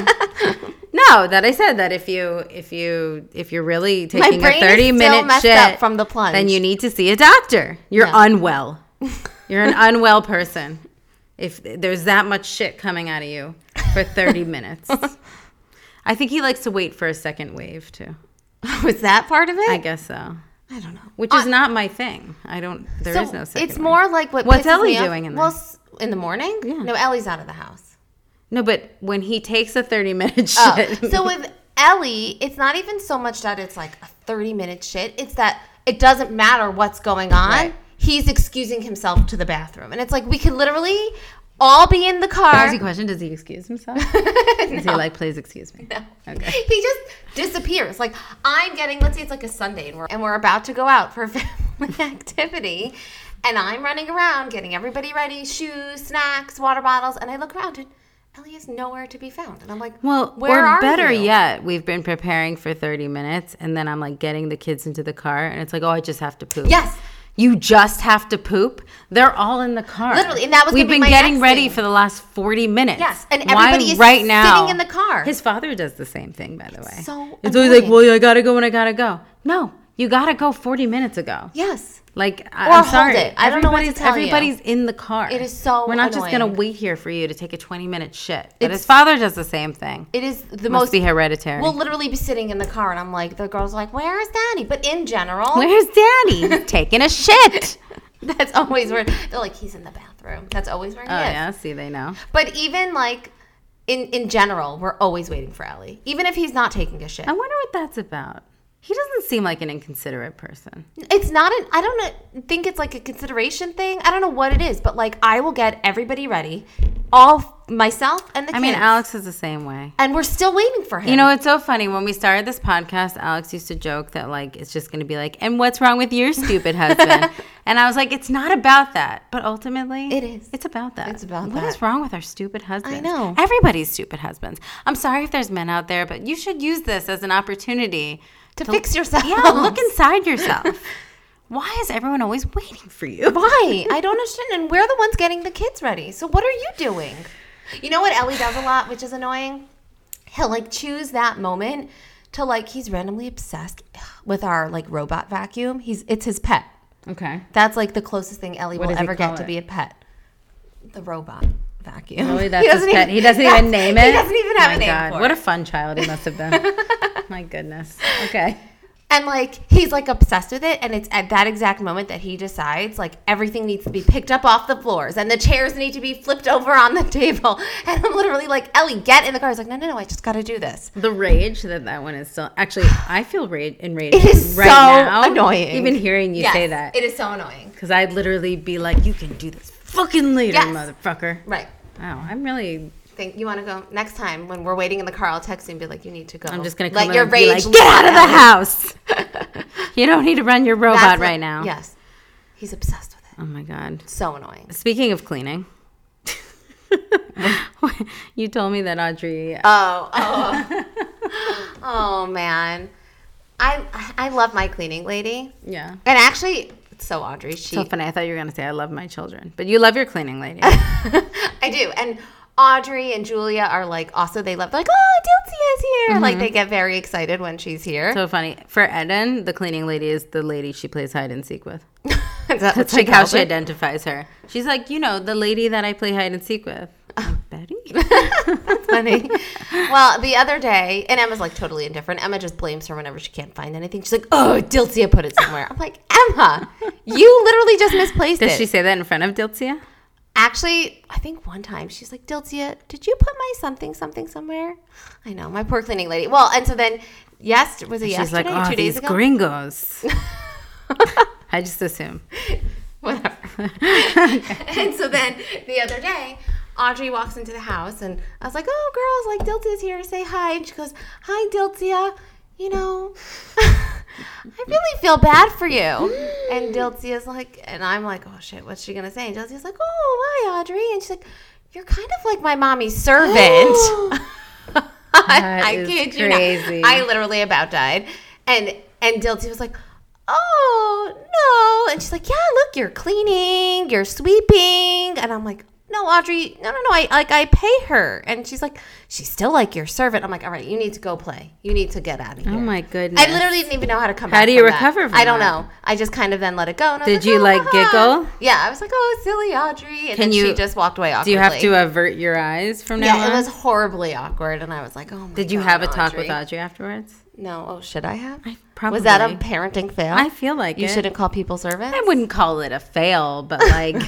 Speaker 1: no, that I said that if you if you if you're really taking
Speaker 2: brain
Speaker 1: a
Speaker 2: is
Speaker 1: 30
Speaker 2: still
Speaker 1: minute
Speaker 2: messed
Speaker 1: shit
Speaker 2: up from the plunge.
Speaker 1: then you need to see a doctor. You're
Speaker 2: Yeah.
Speaker 1: unwell. You're an unwell person. If there's that much shit coming out of you for 30 minutes. I think he likes to wait for a second wave too.
Speaker 2: Was Oh, that part of it?
Speaker 1: I guess so.
Speaker 2: I don't know.
Speaker 1: Which is not my thing. I don't. There is
Speaker 2: So
Speaker 1: no second.
Speaker 2: It's
Speaker 1: one.
Speaker 2: more like what.
Speaker 1: What's
Speaker 2: pisses
Speaker 1: Ellie
Speaker 2: me off-
Speaker 1: doing in
Speaker 2: Well,
Speaker 1: there?
Speaker 2: s- in the morning.
Speaker 1: Yeah.
Speaker 2: No, Ellie's out of the house.
Speaker 1: No, but when he takes a thirty minute shit,
Speaker 2: Oh, so with Ellie, it's not even so much that it's like a 30 minute shit. It's that it doesn't matter what's going on.
Speaker 1: Right.
Speaker 2: He's excusing himself to the bathroom. And it's like we could literally all be in the
Speaker 1: Can I
Speaker 2: car.
Speaker 1: ask you a question? Does he excuse himself? Is he like, please excuse me? Okay.
Speaker 2: He just disappears. Like I'm getting, let's say it's like a Sunday, and we're and we're about to go out for a family activity, and I'm running around getting everybody ready, shoes, snacks, water bottles, and I look around and Ellie is nowhere to be found, and I'm like,
Speaker 1: Well,
Speaker 2: where
Speaker 1: or
Speaker 2: are
Speaker 1: better
Speaker 2: you?
Speaker 1: yet, we've been preparing for 30 minutes and then I'm like getting the kids into the car and it's like, oh, I just have to poop.
Speaker 2: Yes.
Speaker 1: You just have to poop. They're all in the car.
Speaker 2: Literally, and that was
Speaker 1: We've
Speaker 2: gonna be
Speaker 1: been
Speaker 2: my
Speaker 1: getting
Speaker 2: next
Speaker 1: ready
Speaker 2: thing.
Speaker 1: for the last 40 minutes.
Speaker 2: Yes, and
Speaker 1: Why
Speaker 2: everybody is sitting in the car.
Speaker 1: His father does the same thing, by the way.
Speaker 2: so
Speaker 1: it's always like,
Speaker 2: annoying.
Speaker 1: well, I gotta go when I gotta go. No, you gotta go 40 minutes ago.
Speaker 2: Yes.
Speaker 1: Like, I-
Speaker 2: Or
Speaker 1: I'm
Speaker 2: hold
Speaker 1: sorry.
Speaker 2: it. I don't know what to
Speaker 1: Everybody's-
Speaker 2: tell you.
Speaker 1: Everybody's in the car.
Speaker 2: It is so
Speaker 1: We're not just gonna
Speaker 2: annoying.
Speaker 1: wait here for you to take a 20 minute shit. But
Speaker 2: It's-
Speaker 1: his father does the same thing.
Speaker 2: It is the
Speaker 1: Must
Speaker 2: most.
Speaker 1: be hereditary.
Speaker 2: We'll literally be sitting in the car, and I'm like, the girl's like, "Where is Daddy?" But in general,
Speaker 1: Where's Daddy? He's taking a shit.
Speaker 2: that's always where they're like, "He's in the bathroom." That's always where he
Speaker 1: Oh
Speaker 2: is.
Speaker 1: yeah, see they know.
Speaker 2: But even like in in general, we're always waiting for Ellie, even if he's not taking a shit.
Speaker 1: I wonder what that's about. He doesn't seem like an inconsiderate person.
Speaker 2: It's not an. I don't know- think it's like a consideration thing. I don't know what it is, but like I will get everybody ready, all myself and the.
Speaker 1: I mean,
Speaker 2: kids,
Speaker 1: Alex is the same way.
Speaker 2: and we're still waiting for him.
Speaker 1: You know, it's so funny. When we started this podcast, Alex used to joke that like it's just going to be like, "And what's wrong with your stupid husband?" and I was like, "It's not about that." But ultimately,
Speaker 2: It is.
Speaker 1: It's about that.
Speaker 2: It's about
Speaker 1: What
Speaker 2: that.
Speaker 1: is wrong with our stupid husbands?
Speaker 2: know.
Speaker 1: Everybody's stupid husbands. I'm sorry if there's men out there, but you should use this as an opportunity
Speaker 2: to fix yourself.
Speaker 1: Yeah, look inside yourself. Why is everyone always waiting for you?
Speaker 2: Why? I don't understand. And we're the ones getting the kids ready. So what are you doing? You know what Ellie does a lot, which is annoying? He'll like choose that moment to like he's randomly obsessed with our like robot vacuum. He's it's his pet.
Speaker 1: Okay.
Speaker 2: That's like the closest thing Ellie will
Speaker 1: does he
Speaker 2: ever
Speaker 1: call
Speaker 2: get to
Speaker 1: it?
Speaker 2: be a pet. The robot vacuum.
Speaker 1: Really, Oh, that's his pet. he doesn't even name it.
Speaker 2: He doesn't even have
Speaker 1: My
Speaker 2: a name
Speaker 1: God,
Speaker 2: for it.
Speaker 1: What a fun child he must have been. My goodness. Okay.
Speaker 2: And like he's like obsessed with it, and it's at that exact moment that he decides like everything needs to be picked up off the floors, and the chairs need to be flipped over on the table. And I'm literally like, Ellie, get in the car. He's like, No, no, no, I just got to do this.
Speaker 1: The rage that that one is still. Actually, I feel rage enraged
Speaker 2: It is
Speaker 1: right
Speaker 2: so
Speaker 1: now.
Speaker 2: annoying.
Speaker 1: Even hearing you
Speaker 2: Yes,
Speaker 1: say that,
Speaker 2: it is so annoying.
Speaker 1: because I'd literally be like, "You can do this fucking later,
Speaker 2: Yes.
Speaker 1: motherfucker."
Speaker 2: Right.
Speaker 1: Wow, I'm really.
Speaker 2: Think you want to go next time when we're waiting in the car? I'll text you and be like, You need to go.
Speaker 1: I'm just gonna come
Speaker 2: let
Speaker 1: in
Speaker 2: your
Speaker 1: and be
Speaker 2: rage
Speaker 1: like, "Get out of the house! You don't need to run your robot
Speaker 2: That's what-
Speaker 1: right now."
Speaker 2: Yes, he's obsessed with it.
Speaker 1: Oh my god.
Speaker 2: So annoying.
Speaker 1: Speaking of cleaning, you told me that Audrey.
Speaker 2: Oh, oh, oh man. I I love my cleaning lady.
Speaker 1: yeah.
Speaker 2: And actually, so Audrey, she,
Speaker 1: So funny. I thought you were gonna say I love my children, but you love your cleaning lady.
Speaker 2: I do, and Audrey and Julia are like also they love they're like oh Dilsey is here, like they get very excited when she's here.
Speaker 1: Mm-hmm. so funny. For Eden, the cleaning lady is the lady she plays hide and seek with.
Speaker 2: Is that what
Speaker 1: That's like how
Speaker 2: calls
Speaker 1: she
Speaker 2: her?
Speaker 1: identifies her. She's like, you know, the lady that I play hide and seek with. Like, Betty.
Speaker 2: funny. well, the other day, and Emma's like totally indifferent. Emma just blames her whenever she can't find anything. She's like, oh Dilsey put it somewhere. I'm like Emma, you literally just misplaced
Speaker 1: Does
Speaker 2: it.
Speaker 1: she say that in front of Dilcia?
Speaker 2: Actually, I think one time she's like, Diltia, did you put my something something somewhere? I know, my poor cleaning lady. Well, and so then, yes, was it
Speaker 1: She's
Speaker 2: yesterday?
Speaker 1: like, oh,
Speaker 2: two days
Speaker 1: these
Speaker 2: ago?
Speaker 1: gringos. I just assume.
Speaker 2: Whatever. and so then the other day, Audrey walks into the house and I was like, oh, girls, like Diltia's here to say hi. And she goes, hi, Diltia. You know, I really feel bad for you. And Diltia's like, and I'm like, oh shit, what's she going to say? And Diltia's like, oh, hi, Audrey. And she's like, you're kind of like my mommy's servant.
Speaker 1: That
Speaker 2: I
Speaker 1: is
Speaker 2: kid you
Speaker 1: crazy.
Speaker 2: not. I literally about died. And and Dilty was like, "Oh no!" And she's like, "Yeah, look, you're cleaning, you're sweeping," and I'm like. No, Audrey. No, no, no. I like I pay her, and she's like, she's still like your servant. I'm like, all right, you need to go play. You need to get out of here.
Speaker 1: Oh my goodness.
Speaker 2: I literally didn't even know how to come. How back
Speaker 1: do you
Speaker 2: from that.
Speaker 1: recover from
Speaker 2: I don't
Speaker 1: that?
Speaker 2: know. I just kind of then let it go. and I was
Speaker 1: Did you, like,
Speaker 2: "Ah."
Speaker 1: giggle?
Speaker 2: Yeah, I was like, oh, silly Audrey, and
Speaker 1: Can
Speaker 2: then she
Speaker 1: you-
Speaker 2: just walked away.
Speaker 1: Do
Speaker 2: Awkwardly.
Speaker 1: you have to uh, avert your eyes from now
Speaker 2: Yeah,
Speaker 1: on?
Speaker 2: it was horribly awkward, and I was like, oh my.
Speaker 1: Did you
Speaker 2: God,
Speaker 1: have a talk
Speaker 2: Audrey.
Speaker 1: with Audrey afterwards?
Speaker 2: No. Oh, should I have?
Speaker 1: Probably.
Speaker 2: Was that a parenting fail?
Speaker 1: I feel like
Speaker 2: you
Speaker 1: it.
Speaker 2: shouldn't call people servants.
Speaker 1: I wouldn't call it a fail, but like,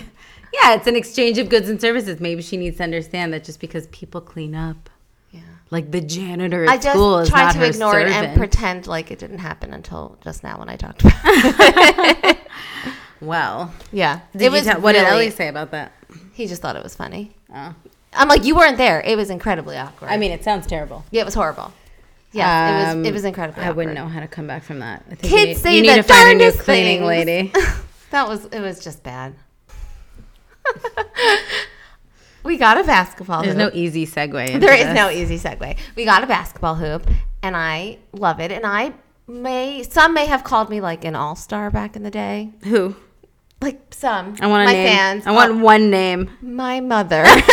Speaker 1: yeah, it's an exchange of goods and services. Maybe she needs to understand that just because people clean up Like the janitor at
Speaker 2: I just
Speaker 1: school is
Speaker 2: tried
Speaker 1: not
Speaker 2: to
Speaker 1: her
Speaker 2: ignore
Speaker 1: servant.
Speaker 2: it and pretend like it didn't happen until just now when I talked about it.
Speaker 1: well,
Speaker 2: yeah.
Speaker 1: did
Speaker 2: it was
Speaker 1: you tell- what did
Speaker 2: really-
Speaker 1: Ellie say about that?
Speaker 2: He just thought it was funny.
Speaker 1: Oh.
Speaker 2: I'm like, you weren't there. It was incredibly awkward.
Speaker 1: I mean, it sounds terrible.
Speaker 2: yeah, it was horrible. Yeah, it
Speaker 1: Um,
Speaker 2: was. It was incredibly.
Speaker 1: I
Speaker 2: awkward.
Speaker 1: wouldn't know how to come back from that. I think you
Speaker 2: Kids
Speaker 1: need-
Speaker 2: say
Speaker 1: you
Speaker 2: the
Speaker 1: need to find a new
Speaker 2: darndest
Speaker 1: cleaning
Speaker 2: things.
Speaker 1: lady.
Speaker 2: that was. It was just bad. we got a basketball.
Speaker 1: There's
Speaker 2: hoop.
Speaker 1: no easy segue. Into
Speaker 2: There is
Speaker 1: this.
Speaker 2: no easy segue. We got a basketball hoop, and I love it. And I may some may have called me like an all star back in the day.
Speaker 1: who.
Speaker 2: Like some,
Speaker 1: I want a
Speaker 2: my
Speaker 1: name.
Speaker 2: fans. Oh,
Speaker 1: I want one name.
Speaker 2: my mother and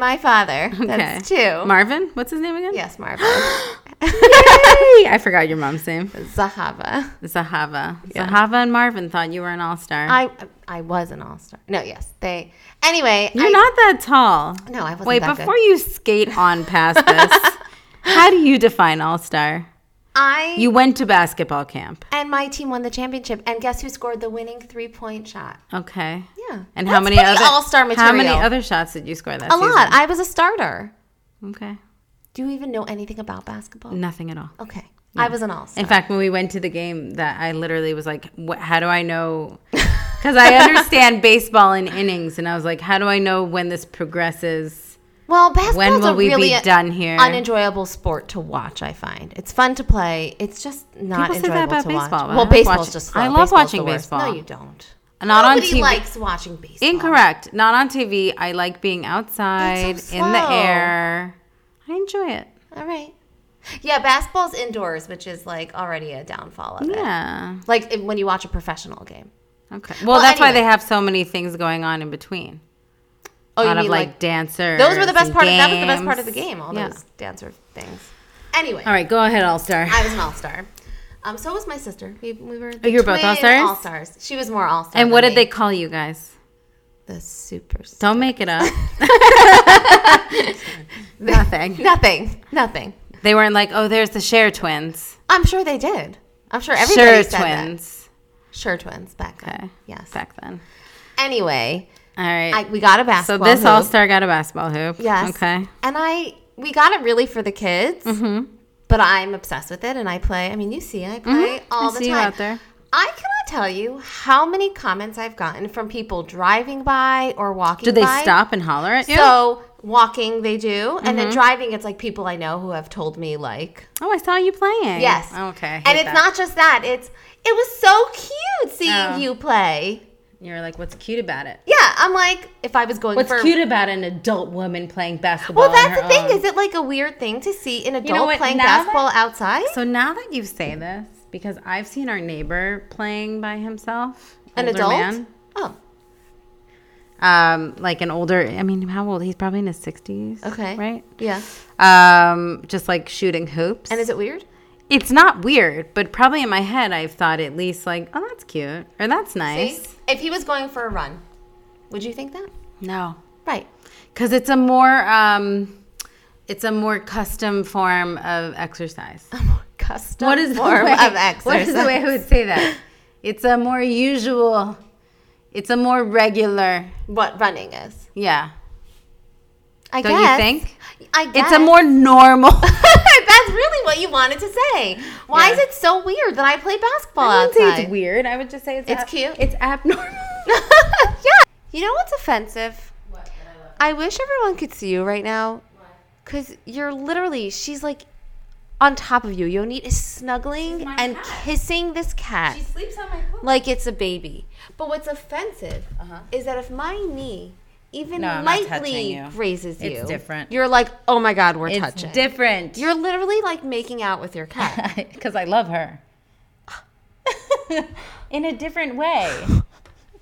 Speaker 2: my father. That's two.
Speaker 1: Marvin. What's his name again?
Speaker 2: yes, Marvin.
Speaker 1: Yay! I forgot your mom's name.
Speaker 2: Zahava.
Speaker 1: Zahava. Zahava and Marvin thought you were an all star.
Speaker 2: I I was an all star. No, yes, they. Anyway,
Speaker 1: You're
Speaker 2: I,
Speaker 1: not that tall.
Speaker 2: No, I wasn't
Speaker 1: Wait,
Speaker 2: that
Speaker 1: before you skate on past this, how do you define all star?
Speaker 2: I
Speaker 1: You went to basketball camp.
Speaker 2: and my team won the championship. And guess who scored the winning three point shot?
Speaker 1: Okay.
Speaker 2: Yeah.
Speaker 1: And how many other
Speaker 2: all star material?
Speaker 1: How many other shots did you score that
Speaker 2: A
Speaker 1: season?
Speaker 2: lot. I was a starter.
Speaker 1: okay.
Speaker 2: Do you even know anything about basketball?
Speaker 1: Nothing at all.
Speaker 2: Okay. I was an all star.
Speaker 1: In fact, when we went to the game, that I literally was like, "What? How do I know?" Because I understand baseball in innings, and I was like, "How do I know when this progresses?"
Speaker 2: Well, basketball's
Speaker 1: When will
Speaker 2: a
Speaker 1: we be
Speaker 2: really
Speaker 1: done here?
Speaker 2: unenjoyable sport to watch, I find. It's fun to play. It's just not
Speaker 1: People say
Speaker 2: enjoyable
Speaker 1: that about
Speaker 2: to
Speaker 1: baseball,
Speaker 2: watch.
Speaker 1: but I
Speaker 2: Well,
Speaker 1: love
Speaker 2: baseball's
Speaker 1: watching-
Speaker 2: just slow.
Speaker 1: I love
Speaker 2: Baseball's
Speaker 1: watching
Speaker 2: the worst.
Speaker 1: baseball.
Speaker 2: No, you don't.
Speaker 1: Not on
Speaker 2: Nobody
Speaker 1: TV.
Speaker 2: likes watching baseball.
Speaker 1: Incorrect. Not on TV. I like being outside
Speaker 2: It's so
Speaker 1: in the
Speaker 2: slow.
Speaker 1: air. I enjoy it.
Speaker 2: All right. Yeah, basketball's indoors, which is like already a downfall of it.
Speaker 1: Yeah.
Speaker 2: Like if- when you watch a professional game.
Speaker 1: Okay. Well,
Speaker 2: Well,
Speaker 1: that's why
Speaker 2: anyway.
Speaker 1: they have so many things going on in between.
Speaker 2: Oh,
Speaker 1: a
Speaker 2: you
Speaker 1: lot
Speaker 2: mean
Speaker 1: of like, dancers.
Speaker 2: those were the best
Speaker 1: and
Speaker 2: part. Of, that was the best part of the
Speaker 1: games.
Speaker 2: game. All
Speaker 1: Yeah.
Speaker 2: those dancer things. Anyway,
Speaker 1: All right, go ahead, All Star.
Speaker 2: I was an all star. Um, so was my sister. We, we were.
Speaker 1: Oh, you were both all-stars?
Speaker 2: All stars. She was more all star.
Speaker 1: And what did they call you guys?
Speaker 2: The super.
Speaker 1: Don't make it up. Nothing.
Speaker 2: Nothing. Nothing.
Speaker 1: They weren't like, oh, there's the Share twins.
Speaker 2: I'm sure they did. I'm sure everybody
Speaker 1: Share
Speaker 2: said twins.
Speaker 1: twins.
Speaker 2: that. Sure twins back then.
Speaker 1: Okay.
Speaker 2: Yes.
Speaker 1: Back then.
Speaker 2: Anyway,
Speaker 1: All right.
Speaker 2: I, we got a
Speaker 1: so
Speaker 2: basketball.
Speaker 1: this
Speaker 2: hoop.
Speaker 1: All Star got a basketball hoop.
Speaker 2: Yes.
Speaker 1: Okay. Mm-hmm.
Speaker 2: And I we got it really for the kids. But I'm obsessed with it, and I play. I mean, you see, I play all
Speaker 1: I
Speaker 2: the
Speaker 1: see you
Speaker 2: time.
Speaker 1: out there.
Speaker 2: I cannot tell you how many comments I've gotten from people driving by or walking.
Speaker 1: Did they
Speaker 2: by.
Speaker 1: stop and holler at you? Mm-hmm.
Speaker 2: So walking, they do, and then driving, it's like people I know who have told me like,
Speaker 1: oh, I saw you playing. Oh,
Speaker 2: yes,
Speaker 1: Okay. I hate
Speaker 2: and it's
Speaker 1: that.
Speaker 2: not just that. It's it was so cute seeing
Speaker 1: Oh.
Speaker 2: you play.
Speaker 1: You're like, what's cute about it?
Speaker 2: Yeah, I'm like, if I was going
Speaker 1: What's
Speaker 2: for
Speaker 1: cute about an adult woman playing basketball?
Speaker 2: well,
Speaker 1: on
Speaker 2: that's
Speaker 1: her
Speaker 2: the thing.
Speaker 1: own?
Speaker 2: Is it like a weird thing to see an adult
Speaker 1: know what,
Speaker 2: playing
Speaker 1: now that-
Speaker 2: basketball outside?
Speaker 1: So now that you say this, because I've seen our neighbor playing by himself,
Speaker 2: an
Speaker 1: older
Speaker 2: adult?
Speaker 1: man,
Speaker 2: Oh,
Speaker 1: um, like an older. I mean, how old? He's probably in his sixties.
Speaker 2: okay,
Speaker 1: right?
Speaker 2: Yeah.
Speaker 1: Um, just like shooting hoops,
Speaker 2: And is it weird?
Speaker 1: it's not weird, but probably in my head, I've thought at least like, oh, that's cute, or that's
Speaker 2: See?
Speaker 1: nice.
Speaker 2: If he was going for a run, would you think that?
Speaker 1: No,
Speaker 2: Right.
Speaker 1: because it's a more, um, it's a more custom form of exercise.
Speaker 2: Custom
Speaker 1: what is the
Speaker 2: form
Speaker 1: way,
Speaker 2: of exercise.
Speaker 1: What is the way I would say that? It's a more usual. It's a more regular.
Speaker 2: what running is?
Speaker 1: Yeah.
Speaker 2: I
Speaker 1: Don't
Speaker 2: guess.
Speaker 1: you think?
Speaker 2: I guess.
Speaker 1: It's a more normal.
Speaker 2: That's really what you wanted to say. Why is
Speaker 1: Yeah.
Speaker 2: it so weird that I play basketball
Speaker 1: I wouldn't say
Speaker 2: outside?
Speaker 1: it's weird. I would just say it's
Speaker 2: It's cute.
Speaker 1: It's abnormal.
Speaker 2: yeah. You know what's offensive? I wish everyone could see you right now. Because you're literally, she's like on top of you. Yonit is snuggling
Speaker 1: my
Speaker 2: and
Speaker 1: cat.
Speaker 2: kissing this cat
Speaker 1: sleeps on my Uh-huh. pillow.
Speaker 2: like it's a baby. But what's offensive is that if my knee even
Speaker 1: No, I'm not touching
Speaker 2: lightly
Speaker 1: you.
Speaker 2: grazes you,
Speaker 1: It's different.
Speaker 2: You're like, oh my God, we're
Speaker 1: It's
Speaker 2: touching.
Speaker 1: different.
Speaker 2: you're literally like making out with your cat.
Speaker 1: because I love her. In a different way.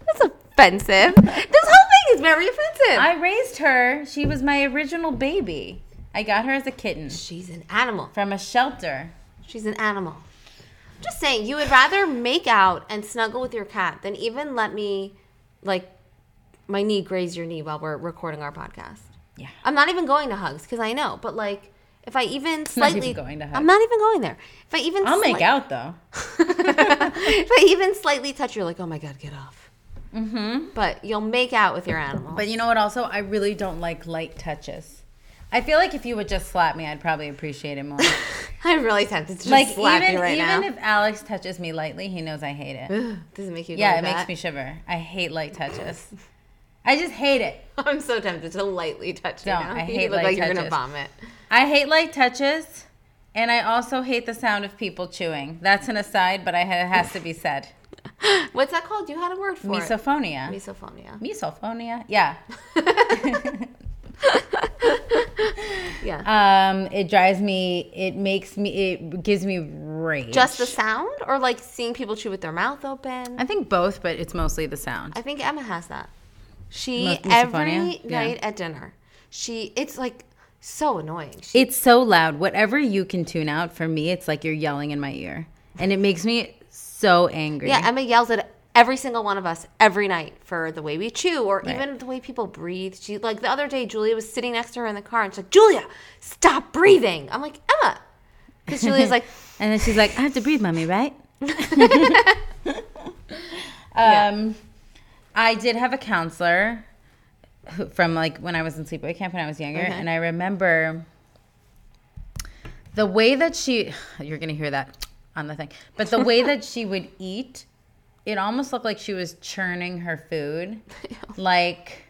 Speaker 2: That's offensive. this whole thing is very offensive.
Speaker 1: I raised her. She was my original baby. I got her as a kitten
Speaker 2: she's an animal.
Speaker 1: from a shelter.
Speaker 2: She's an animal. Just saying, you would rather make out and snuggle with your cat than even let me, like, my knee graze your knee while we're recording our podcast.
Speaker 1: Yeah.
Speaker 2: I'm not even going to hugs because I know, but like, if I even
Speaker 1: not
Speaker 2: slightly,
Speaker 1: even going to
Speaker 2: I'm not even going there. If I even,
Speaker 1: I'll
Speaker 2: slight-
Speaker 1: make out though.
Speaker 2: if I even slightly touch, you're like, oh my god, get off.
Speaker 1: Mm-hmm.
Speaker 2: but you'll make out with your animal.
Speaker 1: But you know what? Also, I really don't like light touches. I feel like if you would just slap me, I'd probably appreciate it more.
Speaker 2: I'm really tempted to just
Speaker 1: like
Speaker 2: slap
Speaker 1: even
Speaker 2: you right
Speaker 1: even
Speaker 2: now.
Speaker 1: if Alex touches me lightly, he knows I hate it.
Speaker 2: Ugh, does it make you?
Speaker 1: Yeah,
Speaker 2: like
Speaker 1: it makes
Speaker 2: that?
Speaker 1: me shiver. I hate light touches. I just hate it.
Speaker 2: I'm so tempted to lightly touch you.
Speaker 1: Don't.
Speaker 2: now.
Speaker 1: I
Speaker 2: you
Speaker 1: hate
Speaker 2: look
Speaker 1: light
Speaker 2: like you're
Speaker 1: touches.
Speaker 2: gonna vomit.
Speaker 1: I hate light touches, and I also hate the sound of people chewing. That's an aside, but I, it has to be said.
Speaker 2: What's that called? You had a word for it.
Speaker 1: Misophonia.
Speaker 2: Misophonia.
Speaker 1: Misophonia. Yeah.
Speaker 2: Yeah.
Speaker 1: Um, it drives me. It makes me. It gives me rage.
Speaker 2: just the sound, or like seeing people chew with their mouth open.
Speaker 1: I think both, but it's mostly the sound.
Speaker 2: I think Emma has that. She
Speaker 1: Mis-
Speaker 2: every
Speaker 1: misophonia? Yeah.
Speaker 2: night at dinner. She it's like so annoying. She,
Speaker 1: It's so loud. Whatever you can tune out, for me, it's like you're yelling in my ear, and it makes me so angry.
Speaker 2: yeah, Emma yells at every single one of us every night for the way we chew or
Speaker 1: Right.
Speaker 2: even the way people breathe. She like the other day Julia was sitting next to her in the car and she's like, "Julia, stop breathing." I'm like, "Emma." Cuz Julia's like,
Speaker 1: And then she's like, "I have to breathe, mommy, right?" Um, I did have a counselor who- from like when I was in sleepaway camp when I was younger,
Speaker 2: Okay.
Speaker 1: and I remember the way that she. You're gonna hear that on the thing, but the way that she would eat, it almost looked like she was churning her food, like.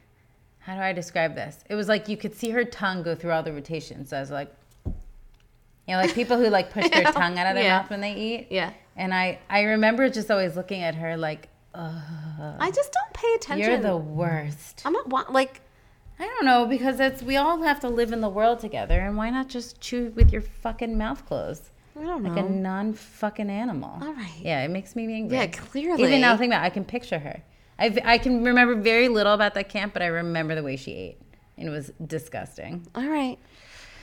Speaker 1: How do I describe this? It was like you could see her tongue go through all the rotations. So I was like, you know, like people who like push their tongue out of their
Speaker 2: Yeah.
Speaker 1: mouth when they eat.
Speaker 2: "Yeah."
Speaker 1: And I, I remember just always looking at her like, Ugh,
Speaker 2: I just don't pay attention.
Speaker 1: you're the worst.
Speaker 2: I'm not want like
Speaker 1: I don't know because that's we all have to live in the world together, and why not just chew with your fucking mouth closed
Speaker 2: I don't know.
Speaker 1: like a non fucking animal?
Speaker 2: All right.
Speaker 1: Yeah, it makes me angry.
Speaker 2: yeah, clearly.
Speaker 1: Even now, thinking about, it, I can picture her. I I can remember very little about that camp, but I remember the way she ate, and it was disgusting.
Speaker 2: All right.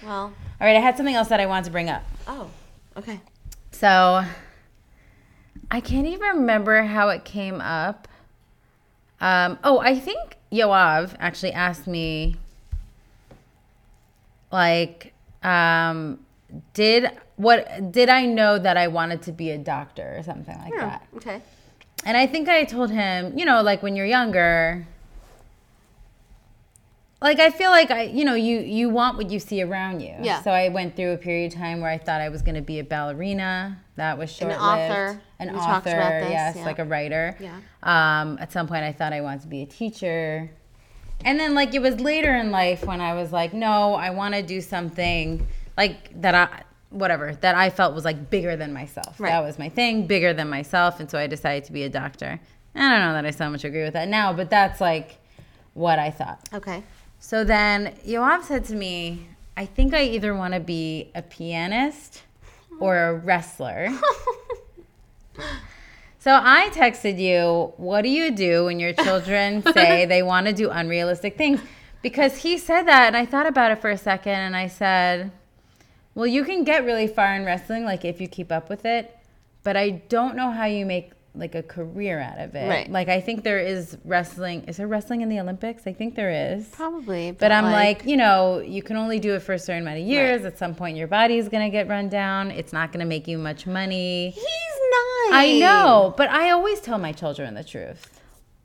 Speaker 2: Well,
Speaker 1: All right, I had something else that I wanted to bring up.
Speaker 2: oh. Okay.
Speaker 1: So I can't even remember how it came up. Um, oh, I think Yoav actually asked me, like, um, did what did I know that I wanted to be a doctor or something like
Speaker 2: Hmm,
Speaker 1: that?
Speaker 2: Okay.
Speaker 1: And I think I told him, you know, like when you're younger, like I feel like I, you know, you you want what you see around you.
Speaker 2: Yeah.
Speaker 1: So I went through a period of time where I thought I was going to be a ballerina. That was short-lived.
Speaker 2: author.
Speaker 1: An
Speaker 2: We
Speaker 1: author.
Speaker 2: talked about this,
Speaker 1: yes,
Speaker 2: yeah.
Speaker 1: like a writer.
Speaker 2: Yeah.
Speaker 1: Um, at some point, I thought I wanted to be a teacher. And then, like, it was later in life when I was like, no, I want to do something like that. I whatever that I felt was like bigger than myself.
Speaker 2: Right.
Speaker 1: That was my thing, bigger than myself. And so I decided to be a doctor. I don't know that I so much agree with that now, but that's like what I thought.
Speaker 2: Okay.
Speaker 1: So then Yoav said to me, I think I either want to be a pianist or a wrestler. So I texted you, what do you do when your children say they want to do unrealistic things? Because he said that, and I thought about it for a second, and I said, well, you can get really far in wrestling, like if you keep up with it, but I don't know how you make like a career out of it.
Speaker 2: Right.
Speaker 1: Like I think there is wrestling. Is there wrestling in the Olympics? I think there is.
Speaker 2: Probably. But,
Speaker 1: But I'm like, you know, you can only do it for a certain amount of years. At some point, your body's gonna get run down. It's not gonna make you much money.
Speaker 2: he's nine.
Speaker 1: I know, but I always tell my children the truth.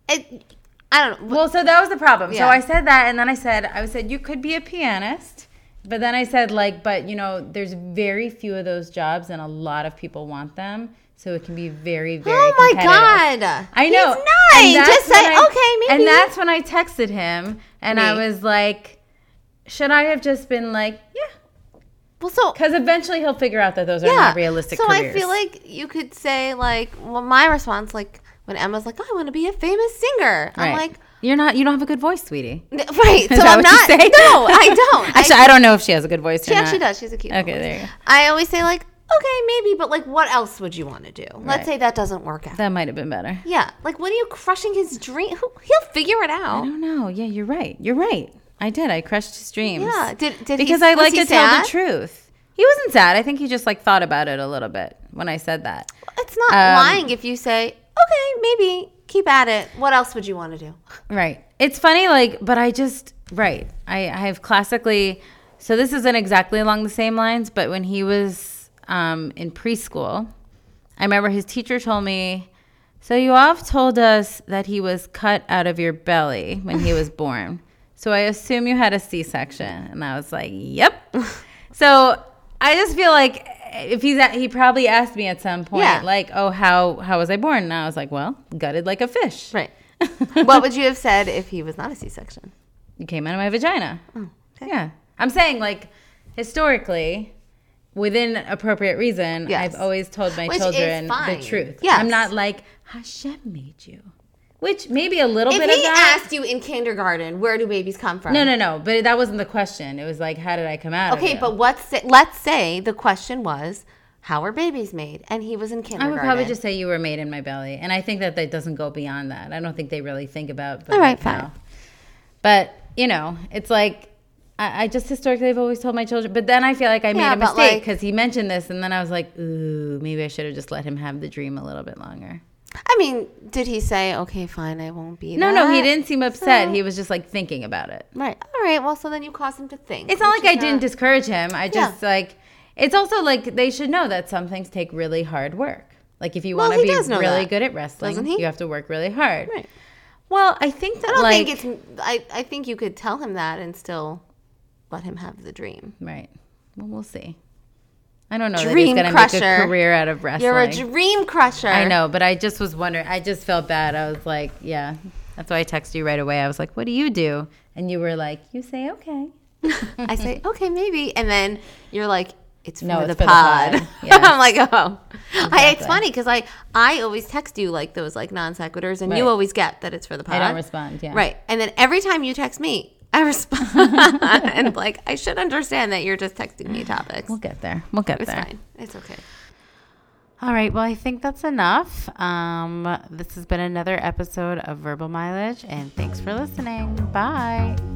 Speaker 2: It, I don't know.
Speaker 1: Well, so that was the problem.
Speaker 2: Yeah.
Speaker 1: So I said that, and then I said, I said you could be a pianist, but then I said like, but you know, there's very few of those jobs, and a lot of people want them, so it can be very, very.
Speaker 2: Oh my
Speaker 1: competitive.
Speaker 2: god.
Speaker 1: I know.
Speaker 2: He's
Speaker 1: And
Speaker 2: nine.
Speaker 1: that's
Speaker 2: Just say
Speaker 1: when I-
Speaker 2: okay, maybe.
Speaker 1: And that's when I texted him, and I
Speaker 2: Me.
Speaker 1: was like, should I have just been like, yeah,
Speaker 2: well, so
Speaker 1: because eventually he'll figure out that those are
Speaker 2: yeah.
Speaker 1: not realistic
Speaker 2: so
Speaker 1: careers.
Speaker 2: I feel like you could say like, well, my response like when Emma's like, oh, I want to be a famous singer. I'm
Speaker 1: Right.
Speaker 2: like.
Speaker 1: you're not. You don't have a good voice, sweetie.
Speaker 2: n- Right, so
Speaker 1: Is that
Speaker 2: I'm
Speaker 1: what you
Speaker 2: not.
Speaker 1: say?
Speaker 2: No, I don't.
Speaker 1: Actually, I, don't know if she has a good voice.
Speaker 2: she actually does. She's a cute.
Speaker 1: Okay,
Speaker 2: one.
Speaker 1: there you go.
Speaker 2: I always say like, okay, maybe, but like, what else would you want to do? Let's
Speaker 1: Right.
Speaker 2: say that doesn't work out.
Speaker 1: That might have been better.
Speaker 2: Yeah, like what are you crushing his dream? Who- He'll figure it
Speaker 1: I
Speaker 2: out.
Speaker 1: don't know. Yeah, you're right. You're right. I did. I crushed his dreams.
Speaker 2: Yeah, did did he-
Speaker 1: because I
Speaker 2: was
Speaker 1: like
Speaker 2: he
Speaker 1: to tell
Speaker 2: sad?
Speaker 1: the truth. He wasn't sad. I think he just like thought about it a little bit when I said that.
Speaker 2: It's not
Speaker 1: Um,
Speaker 2: lying if you say, okay, maybe keep at it. What else would you want to do?
Speaker 1: Right. It's funny, like, but I just right. I, I have classically. So this isn't exactly along the same lines, but when he was um, in preschool, I remember his teacher told me So Yoav told us that he was cut out of your belly when he was born. So I assume you had a C-section, and I was like, "Yep." so I just feel like eh, if he's at, he probably asked me at some point,
Speaker 2: Yeah.
Speaker 1: like, "Oh, how how was I born?" And I was like, "Well, gutted like a fish."
Speaker 2: Right. what would you have said if he was not a C-section?
Speaker 1: You came out of my vagina.
Speaker 2: Oh, okay.
Speaker 1: Yeah, I'm saying like historically. Within appropriate reason,
Speaker 2: Yes.
Speaker 1: I've always told my
Speaker 2: Which is
Speaker 1: children the
Speaker 2: fine.
Speaker 1: truth.
Speaker 2: Yes.
Speaker 1: I'm not like Hashem made you, which maybe a little
Speaker 2: If
Speaker 1: bit of
Speaker 2: he
Speaker 1: that.
Speaker 2: asked you in kindergarten, where do babies come from?
Speaker 1: No, no, no. But that wasn't the question. It was like, how did I come out? of
Speaker 2: Okay,
Speaker 1: you?
Speaker 2: but what's say, let's say the question was, how are babies made? And he was in
Speaker 1: I
Speaker 2: kindergarten.
Speaker 1: would probably just say you were made in my belly, and I think that that doesn't go beyond that. I don't think they really think about. the
Speaker 2: All
Speaker 1: like,
Speaker 2: right,
Speaker 1: how.
Speaker 2: fine.
Speaker 1: But you know, it's like I, I just historically have always told my children. But then I feel like I
Speaker 2: Yeah,
Speaker 1: made a mistake
Speaker 2: but, like-
Speaker 1: because he mentioned this, and then I was like, ooh, maybe I should have just let him have the dream a little bit longer.
Speaker 2: I mean, did he say, okay, fine, I won't be?
Speaker 1: No, no, he
Speaker 2: that"?
Speaker 1: didn't seem upset.
Speaker 2: so-
Speaker 1: He was just like thinking about it.
Speaker 2: Right. All right. Well, so then you caused him to think.
Speaker 1: It's not
Speaker 2: which
Speaker 1: like I
Speaker 2: is
Speaker 1: didn't discourage him. I
Speaker 2: Yeah.
Speaker 1: just like it's also like they should know that some things take really hard work. Like if you
Speaker 2: Well,
Speaker 1: want to
Speaker 2: he
Speaker 1: be
Speaker 2: does know
Speaker 1: really
Speaker 2: that,
Speaker 1: good at wrestling,
Speaker 2: doesn't he?
Speaker 1: you have to work really hard.
Speaker 2: Right.
Speaker 1: Well, I think that
Speaker 2: I don't
Speaker 1: like
Speaker 2: think it's. I, I think you could tell him that and still let him have the dream.
Speaker 1: right. Well, we'll see. I don't know that he's
Speaker 2: Dream
Speaker 1: going to make
Speaker 2: crusher.
Speaker 1: a career out of wrestling.
Speaker 2: You're a dream crusher.
Speaker 1: I know, but I just was wondering. I just felt bad. I was like, yeah. That's why I texted you right away. I was like, what do you do? And you were like, you say okay.
Speaker 2: I say okay, maybe, and then you're like, it's for,
Speaker 1: No,
Speaker 2: the,
Speaker 1: it's for the
Speaker 2: pod.
Speaker 1: pod. Yes.
Speaker 2: I'm like, oh, I, it's
Speaker 1: Exactly.
Speaker 2: funny because I I always text you like those like non sequiturs, and you
Speaker 1: Right.
Speaker 2: always get that it's for the pod.
Speaker 1: I don't respond. Yeah.
Speaker 2: Right, and then every time you text me, I respond, and like I should understand that you're just texting me topics.
Speaker 1: We'll get there. We'll get
Speaker 2: It's
Speaker 1: there.
Speaker 2: fine. It's okay.
Speaker 1: All right. Well, I think that's enough. Um, this has been another episode of Verbal Mileage, and thanks for listening. Bye.